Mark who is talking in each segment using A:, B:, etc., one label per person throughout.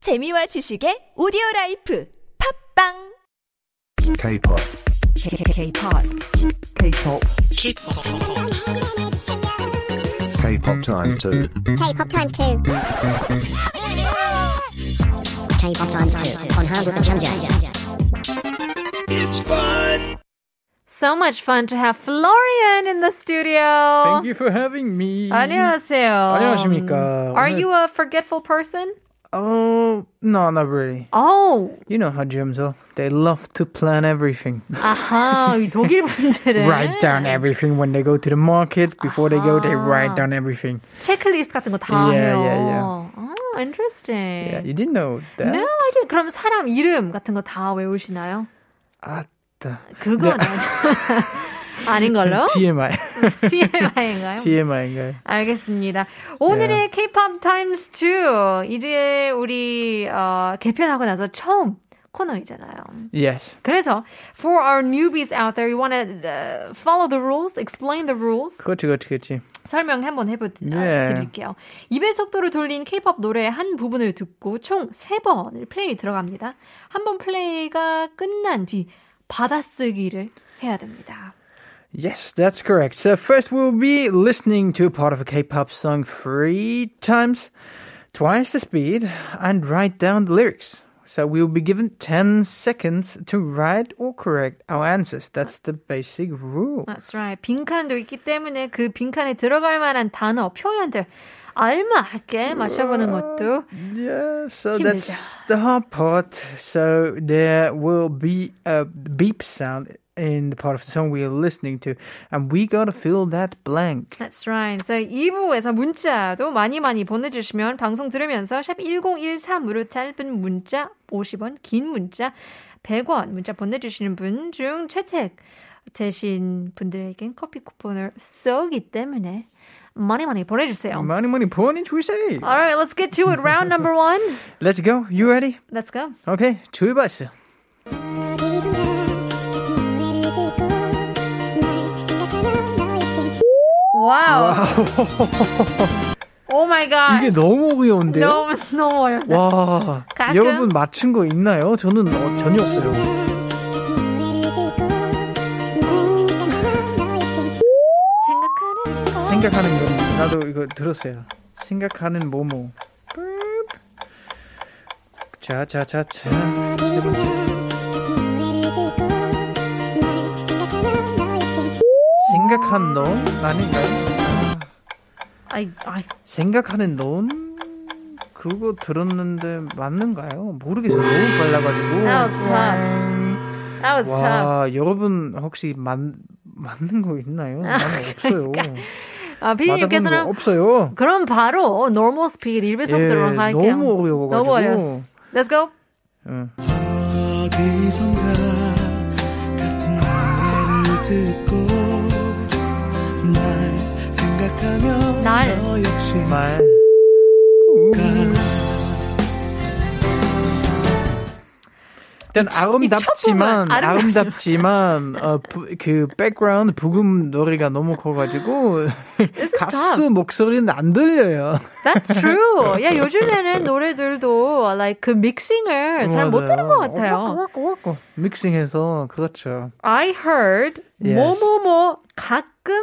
A: 재미와 지식의 오디오 라이프 팝빵
B: K-pop.
C: K-pop. K-pop.
B: K-pop times two.
D: K-pop times two. K-pop times two on Hangul and Chanja.
E: So much fun to have Florian in the studio.
F: Thank you for having me.
E: 안녕하세요. Um,
F: 안녕하십니까.
E: Are
F: 오늘-
E: you a forgetful person?
F: Oh, no, not really.
E: Oh,
F: You know how gyms are. They love to plan everything.
E: 아하, 이 독일 분들은
F: write down everything when they go to the market. Before they go, they write down everything.
E: 체크리스트 같은 거 다
F: Yeah,
E: 해요.
F: yeah,
E: Oh, interesting.
F: Yeah, you didn't know that?
E: No, I didn't. 그럼 사람 이름 같은 거 다 외우시나요?
F: 아따. 네.
E: 그건 아니- 아닌 걸로?
F: TMI.
E: TMI인가요?
F: TMI인가요?
E: 알겠습니다. 오늘의 K-pop Times 2 이제 우리 어, 개편하고 나서 처음 코너이잖아요.
F: Yes.
E: 그래서 for our newbies out there, you want to uh, follow the rules, explain the rules.
F: 그렇지, 그렇지, 그렇지.
E: 설명 한번
F: 예.
E: 해드릴게요. 2배 속도로 돌린 K-pop 노래의 한 부분을 듣고 총 3번을 플레이 들어갑니다. 한 번 플레이가 끝난 뒤 받아쓰기를 해야 됩니다.
F: Yes, that's correct. So first we'll be listening to part of a K-pop song three times, twice the speed, and write down the lyrics. So we will be given 10 seconds to write or correct our answers. That's the basic rule.
E: That's right. 빈칸도 있기 때문에 그 빈칸에 들어갈 만한 단어, 표현들 알맞게 맞춰보는 것도
F: Yeah, so
E: 힘들죠.
F: that's the hard part. So there will be a beep sound in the part of the song we are listening to, and we gotta fill that blank.
E: That's right. So 2부에서 문자도 많이 많이 보내주시면 방송 들으면서 샵 1013으로 짧은 문자 50원, 긴 문자 100원 문자 보내주시는 분 중 채택 되신 분들에겐 커피 쿠폰을 쏘기 때문에 많이 많이 보내주세요.
F: Money, money, pornage, we say.
E: Alright, let's get to it. Round number one.
F: Let's go. You ready?
E: Let's go.
F: Okay, 출발했어요.
E: 와우. 오 마이 갓.
F: 이게 너무 어려운데요?
E: 너무 너무 어렵다.
F: 와,
E: 가끔.
F: 여러분 맞춘 거 있나요? 저는 어, 전혀 없어요.
E: 생각하는 거.
F: 생각하는 거. 나도 이거 들었어요. 생각하는 뭐뭐. 뿌입. 자, 자, 자, 자. 생각한 놈? 아닌가요? 아,
E: 아이 아이
F: 생각하는 놈? 그거 들었는데 맞는가요? 모르겠어요. 너무 빨라가지고.
E: That was
F: tough.
E: That was tough.
F: 와, 여러분 혹시 맞, 맞는 거 있나요? 나는 없어요.
E: 아,
F: 맞아본 거
E: 피디님께서는
F: 없어요.
E: 그럼 바로 normal speed 1배 속도로
F: 예,
E: 갈게요.
F: 너무 어려워가지고.
E: 너무 어려웠어. Let's go.
F: 응.
G: 어디선가 같은 노래를 듣고 날 생각하며
E: 날.
G: 너 역시
F: 말. 일단 아름답지만
E: 첫 부분
F: 아름답지만 어 그 백그라운드 부금 노래가 너무 커가지고 가수 목소리는 안 들려요.
E: That's true. 야, 요즘에는 노래들도 like 그
F: 네,
E: 믹싱을 잘 못
F: 맞아요.
E: 하는 것
F: 어,
E: 같아요.
F: 믹싱해서 그렇죠.
E: I heard
F: Yes.
E: 뭐뭐뭐 가끔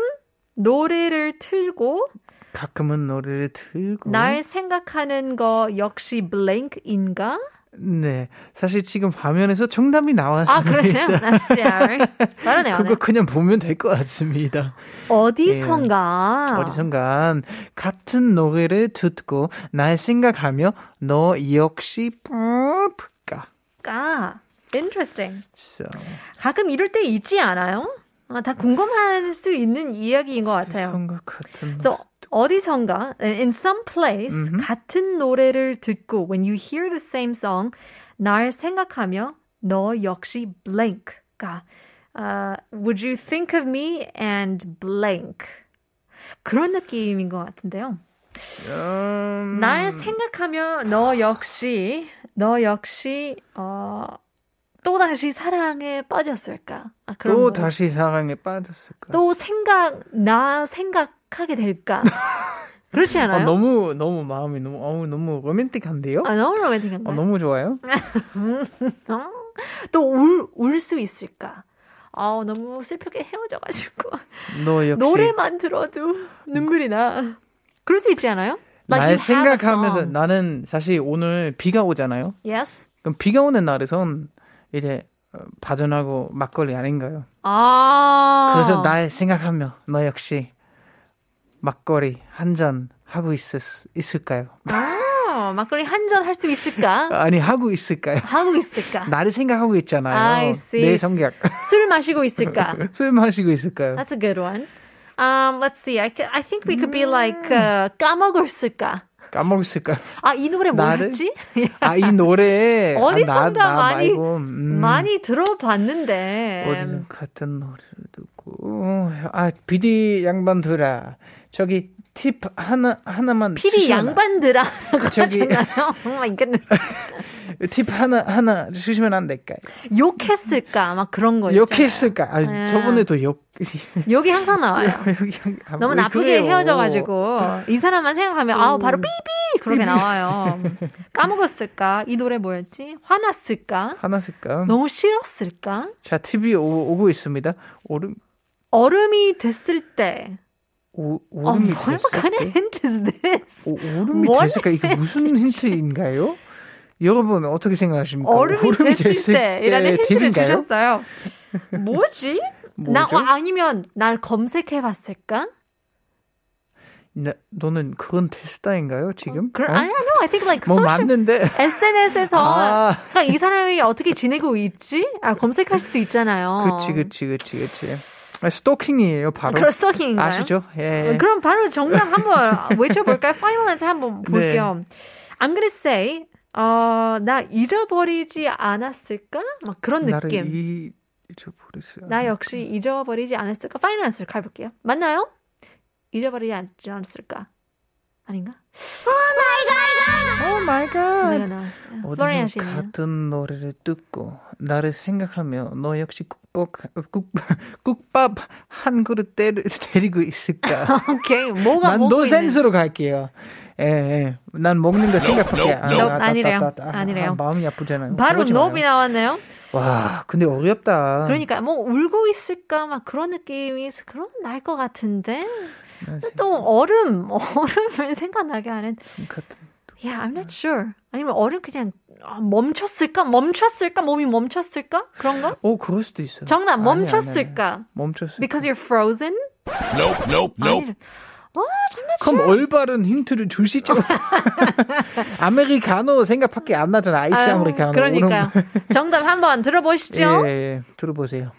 E: 노래를 틀고
F: 가끔은 노래를 틀고
E: 날 생각하는 거 역시 blank인가?
F: 네 사실 지금 화면에서 정답이 나왔어요.
E: 아, 그랬어요? I'm sorry. 다르네요. 네.
F: 그거 그냥 보면 될 것 같습니다.
E: 어디선가.
F: 예. 어디선간 같은 노래를 듣고 날 생각하며 너 역시 뿌까.
E: 가. Interesting.
F: So,
E: 가끔 이럴 때 있지 않아요? 아, 다 궁금할 수 있는 이야기인 것 같아요.
F: 생각 같은
E: 그래서 어디선가 in some place 같은 노래를 듣고 when you hear the same song 날 생각하며 너 역시 blank가 아, would you think of me and blank 그런 느낌인 것 같은데요.
F: 음,
E: 날 생각하며 너 역시 너 역시 어, 또 다시 사랑에 빠졌을까? 아, 그런
F: 또
E: 거.
F: 다시 사랑에 빠졌을까?
E: 또 생각 나 생각하게 될까? 그렇지
F: 어,
E: 않아요?
F: 너무 너무 마음이 너무 어우, 너무 로맨틱한데요?
E: 아, 너무 로맨틱한
F: 어,
E: 거.
F: 너무 좋아요.
E: 또울 울 수 있을까? 아, 너무 슬프게 헤어져가지고
F: 너 역시
E: 노래만 들어도 눈물이 나. 그럴 수 있지 않아요? Like you
F: 날
E: have a
F: 생각하면서
E: song.
F: 나는 사실 오늘 비가 오잖아요.
E: Yes.
F: 그럼 비가 오는 날에선 이제 어, 바전하고 막걸리 아닌가요?
E: 아.
F: 그래서 날 생각하며 너 역시 막걸리 한 잔 하고 있을, 수- 있을까요?
E: 어, 막걸리 한 잔 할 수 있을까?
F: 아니 하고 있을까요?
E: 하고 있을까?
F: 나를 생각하고 있잖아요.
E: I see.
F: 내 성격.
E: 술 마시고 있을까?
F: 술 마시고 있을까요?
E: That's a good one. Um, let's see. I, c- I think we could
F: 음.
E: be like uh, 까먹었을까?
F: 까먹었을까요?
E: 아, 이 노래
F: 나를?
E: 뭐였지?
F: 아 이 노래 아,
E: 어디선가
F: 나, 나
E: 많이-
F: 말고, 음,
E: 많이 들어봤는데.
F: 어디서 같은 노래를 듣고 아 비디 양반들아 저기 팁 하나 하나만
E: 피디
F: 주시면
E: 양반들아라고
F: 저기-
E: 하잖아요. Oh my goodness.
F: 안- 팁 하나 하나 주시면 안 될까요?
E: 욕했을까? 막 그런 거뭐 있잖아요.
F: 욕했을까? 아
E: 아.
F: 저번에도 욕
E: 욕이 항상 나와요.
F: 여기 아,
E: 너무
F: 왜
E: 나쁘게
F: 그래요? 아. 음.
E: 헤어져가지고 이 사람만 생각하면 아우 바로 삐삐 그렇게 나와요. 까먹었을까? 이 노래 뭐였지? 화났을까?
F: 화났을까?
E: 너무 싫었을까?
F: 자 TV 오, 오고 있습니다. 오름
E: 얼음이 됐을 때.
F: 오,
E: 어,
F: 오름이
E: what kind
F: 됐을 때?
E: of
F: 그러니까
E: hint is this?
F: 오, 오름이
E: 뭘
F: 됐을까? 이게 무슨 힌트인가요? 여러분 어떻게 생각하십니까?
E: 얼음이, 됐을 때이라는 힌트를
F: 팁인가요?
E: 주셨어요. 뭐지? 나
F: 뭐죠?
E: 어, 아니면 날 검색해봤을까?
F: 나- 너는 그건 테스트인가요 지금?
E: 그래, 그
F: 어?
E: I don't know. I think like
F: 뭐
E: social
F: 맞는데
E: SNS에서
F: 아.
E: 그러니까 이 사람이 어떻게 지내고 있지? 아, 검색할 수도 있잖아요.
F: 그치 그치 그치 그치 아, 스토킹이에요 바로
E: 어. 그런 스토킹인가요?
F: 아시죠? 예.
E: 어, 그럼 바로 정답 한번 외쳐볼까요? 파이널 랜스 한번
F: 네.
E: 볼게요. I'm gonna say, 어, 나 잊어버리지 않았을까? 막 그런
F: 나를
E: 느낌.
F: 이... 잊어버렸어요
E: 나 역시 잊어버리지 않았을까? 파이널 랜스를 가볼게요. 맞나요? 잊어버리지 않지 않았을까? 아닌가?
F: 오 마이
E: 노래가
F: 갓
E: 나왔어요. 플로리안
F: Oh 어디서
E: 씨는.
F: 같은 노래를 듣고 나를 생각하며 너 역시 국밥 국, 국밥 한 그릇 때리, 데리고 있을까?
E: 오케이. 뭐가
F: 난
E: 먹고 있는-
F: 노센스로 갈게요. 예, 예. 난 먹는 거 생각밖에 안
E: nope.
F: 아, 따,
E: 아니래요.
F: 따, 따, 따.
E: 아니래요.
F: 아, 마음이 아프잖아요.
E: 바로
F: 그러지 마요. 어.
E: 노비 나왔네요.
F: 와, 근데 어렵다.
E: 그러니까 뭐 울고 있을까 막 그런 느낌이 그런 날 것 같은데
F: 네.
E: 또 얼음 얼음을 생각나게 하는
F: 같은
E: Yeah, I'm not sure. 아니면 얼음 그냥 아, 멈췄을까? 멈췄을까? 몸이 멈췄을까? 그런가?
F: 오, 그럴 수도 있어요.
E: 정답
F: 아니, 아니, 아니.
E: 멈췄을까?
F: 멈췄을.
E: Because you're frozen? Nope, nope, nope.
F: 그럼 올바른 힌트를 주시죠. 아메리카노 생각밖에 안 나잖아. 아이스 아메리카노.
E: 그러니까요. 정답 한번 들어보시죠.
F: 오늘- 예, 예, 들어보세요.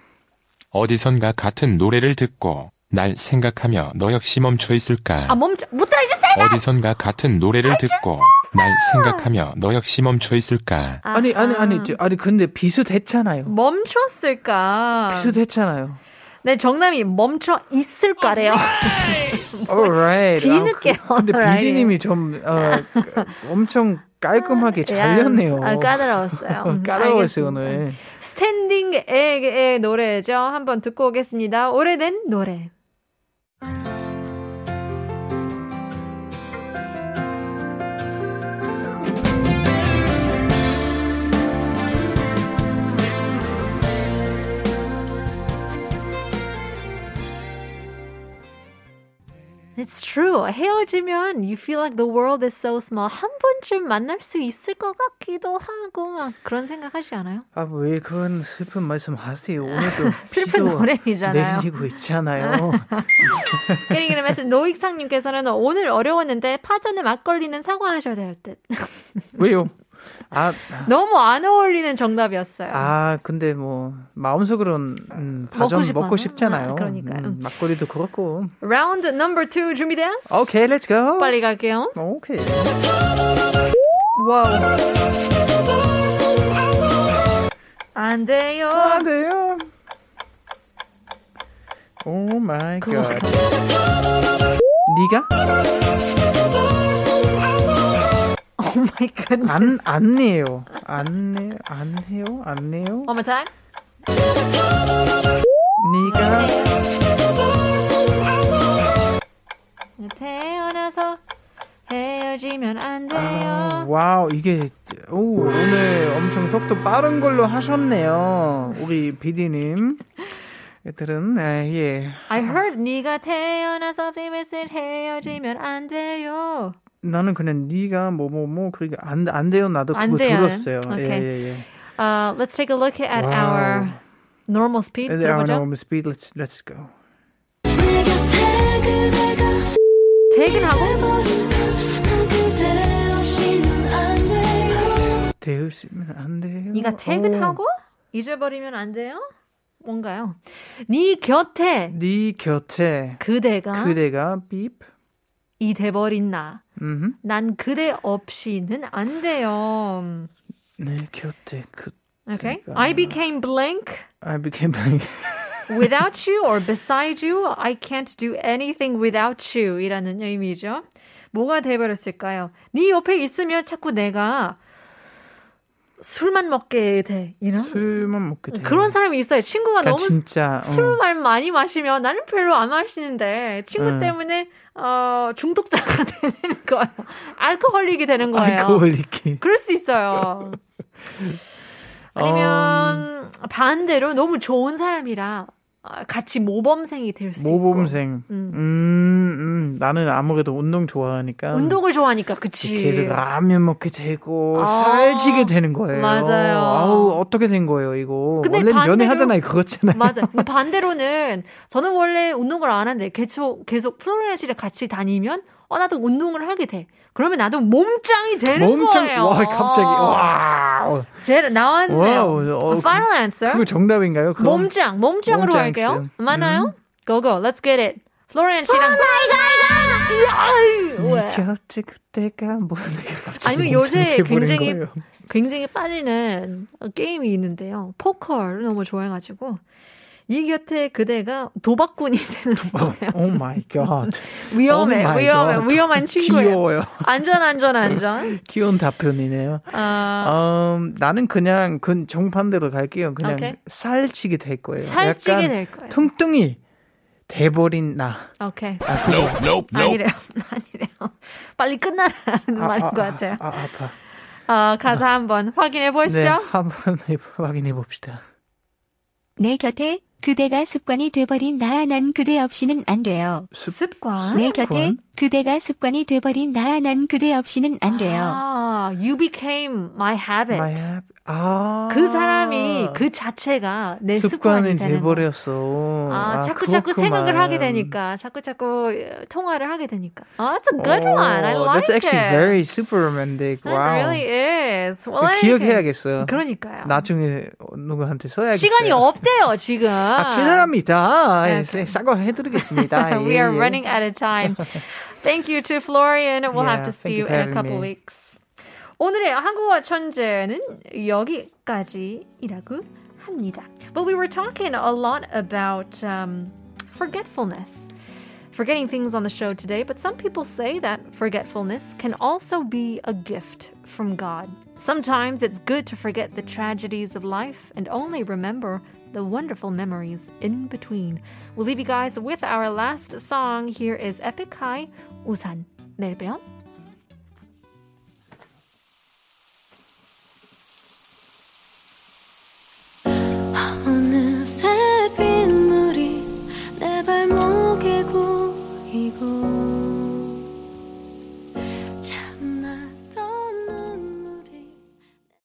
H: 어디선가 같은 노래를 듣고 날 생각하며 너 역시 멈춰 있을까?
E: 아 멈춰 못 알겠어요.
H: 어디선가 같은 노래를 듣고 날 생각하며 너 역시 멈춰 있을까?
F: 아니 아니 아니 저- 아니 근데
E: 뭐.
F: 비슷했잖아요.
E: 멈췄을까?
F: 비슷했잖아요.
E: 네 정답이 멈춰 있을까래요.
F: Alright.
E: 뭐, 뒤늦게
F: 아, 그- 근데
E: alright.
F: 비디님이 좀 어, 엄청 깔끔하게 잘렸네요.
E: 아, 까다로웠어요. 음,
F: 까다로웠어요
E: 알겠습니다.
F: 오늘.
E: 스탠딩 에그의 노래죠. 한번 듣고 오겠습니다. 오래된 노래. It's true. 헤어지면 you feel like the world is so small. 한 번쯤 만날 수 있을 것 같기도 하고 막 그런 생각하지 않아요?
F: 아 왜 그런 슬픈 말씀 하세요? 오늘도
E: 슬픈
F: 비도
E: 노래이잖아요.
F: 내리고 있잖아요.
E: 그리그램에서 노익상님께서는 오늘 어려웠는데 파전에 막걸리는 사과하셔야 될 듯.
F: 왜요? 아,
E: 너무 안 어울리는 정답이었어요.
F: 아, 근데 뭐 마음속으로는 음, 바전
E: 먹고
F: 먹고,
E: 싶어서?
F: 싶잖아요.
E: 아, 그러니까요.
F: 음, 막걸리도 그렇고.
E: 라운드 넘버 2 준비됐어?
F: 오케이, 렛츠 고.
E: 빨리 갈게요.
F: 오케이.
E: 와우. 안 돼요.
F: 아, 돼요. 오 마이 갓. 네가
E: 오 마이 갓.
F: 안 안내요. 안내 안해요. 안내요.
E: One more time.
F: 네가
E: 태어나서 헤어지면 안
F: 아,
E: 돼요.
F: 와우 이게 오, 오늘 엄청 속도 빠른 걸로 하셨네요 우리 비디님 들은 아, 예
E: I heard 네가 태어나서 비밀을 헤어지면 안 돼요.
F: 나는 그냥 네가 뭐 뭐 뭐 그게 안, 안 돼요 나도
E: 안
F: 그거
E: 돼요.
F: 들었어요
E: 오케이.
F: 예예예
E: Uh, let's take a look at
F: Wow.
E: our normal speed. 들어보죠.
F: speed let's let's go
I: 내 곁에 그대가
E: 퇴근하고
I: 돼버리면 난 그대 없이는 안 돼요
F: 되우시면 안 돼요
E: 네가 퇴근하고
F: 어.
E: 잊어버리면 안 돼요? 뭔가요? 네 곁에
F: 오. 네 곁에
E: 그대가
F: 그대가 빕
E: 이 돼버린 나.
F: 음흠.
E: 난 그대 없이는 안 돼요.
F: 내 곁에 그
E: Okay.
F: 그러니까.
E: I became blank
F: I became like
E: without you or beside you. I can't do anything without you. 이라는 의미죠. 뭐가 돼버렸을까요? 네 옆에 있으면 자꾸 내가 술만 먹게 돼. You know?
F: 술만 먹게 돼요
E: 그런 사람이 있어요. 친구가
F: 그러니까
E: 너무
F: 진짜 어.
E: 술만 많이 마시면 나는 별로 안 마시는데 친구
F: 응.
E: 때문에 어, 중독자가 되는 거예요. 알코올릭이 되는 거예요.
F: 알코올리키
E: 그럴 수 있어요. 아니면
F: 음.
E: 반대로 너무 좋은 사람이라 아, 같이 모범생이 될 수도
F: 모범생.
E: 음.
F: 음. 음, 나는 아무래도 운동 좋아하니까.
E: 있고 운동을 좋아하니까 그치.
F: 계속 라면 먹게 되고
E: 아,
F: 살찌게 되는 거예요.
E: 맞아요.
F: 아우 어떻게 된 거예요 이거?
E: 근데
F: 원래는
E: 반대로-
F: 연애하잖아요 그거잖아요.
E: 맞아. 근데 반대로는 저는 원래 운동을 안 하는데 계속 계속 플로렌시를 같이 다니면 어 나도 운동을 하게 돼. 그러면 나도 몸짱이 되는
F: 몸짱
E: 거예요.
F: 와 갑자기 와 어,
E: 제 나왔네요.
F: 와우, 어,
E: Final answer.
F: 그거 정답인가요? 그럼
E: 네? 몸짱, 몸짱으로
F: 몸짱 음.
E: 할게요.
F: 있어요.
E: 맞나요? Go go, let's get it. 플로렌 씨랑.
F: 네
E: 왜?
F: 곁에 그때가 뭐 내가 갑자기
E: 아니면
F: 몸짱이
E: 요새
F: 돼버린
E: 굉장히
F: 거예요.
E: 굉장히 빠지는 게임이 있는데요. 포커를 너무 좋아해가지고 이 곁에 그대가 도박꾼이 되는 거예요.
F: 오 마이 갓
E: 위험해,
F: 어, Oh my
E: 위험해,
F: God.
E: 위험한 친구예요.
F: 귀여워요
E: 안전, 안전, 안전.
F: 귀여운 답변이네요.
E: 아,
F: 음, 나는 그냥 그 정반대로 갈게요. 그냥
E: 오케이.
F: 살찌게 될 거예요.
E: 살찌게
F: 어, 약간
E: 될 거예요.
F: 퉁퉁이 돼버린 나.
E: 오케이.
F: 아, 그거.
E: 아니래요, 아니래요. 빨리 끝나라는
F: 아,
E: 말인
F: 아,
E: 것 같아요.
F: 아, 아, 아파.
E: 아, 가사 한번 확인해
F: 네,
E: 보시죠.
F: 한번 해보- 확인해 봅시다.
J: 내 곁에 그대가 습관이 돼버린 나아 난 그대 없이는 안 돼요.
E: 습관.
J: 내 곁에
F: 습관?
J: 그대가 습관이 돼버린 나아 난 그대 없이는 안 돼요.
E: 아, you became my habit.
F: My hab- 네. 아.
E: 그 사람이 그 자체가 내 습관이
F: 습관이
E: 되는 거.
F: 돼버렸어.
E: 아, 자꾸 자꾸
F: 그렇구만.
E: 생각을 하게 되니까, 자꾸 자꾸 어, 통화를 하게 되니까. 아, it's a good
F: 오,
E: one. I like
F: Oh, That's actually
E: it.
F: very super romantic.
E: That
F: Wow.
E: really is. Well, in any case.
F: 기억해야겠어요.
E: 그러니까요.
F: 나중에 누구한테 써야겠어요.
E: 시간이 없대요 지금.
F: 아, 죄송합니다. 예,
E: 오케이.
F: 사과해드리겠습니다.
E: We
F: 예,
E: are
F: 예.
E: running out of time. Thank you to Florian. We'll have
F: Yeah,
E: to see
F: thank you
E: you
F: for
E: in a
F: having
E: couple
F: me.
E: weeks. 오늘의 한국어 천재는 여기까지이라고 합니다. But we were talking a lot about um, forgetfulness. Forgetting things on the show today, but some people say that forgetfulness can also be a gift from God. Sometimes it's good to forget the tragedies of life and only remember the wonderful memories in between. We'll leave you guys with our last song. Here is Epic High, 우산. 내일 봬요.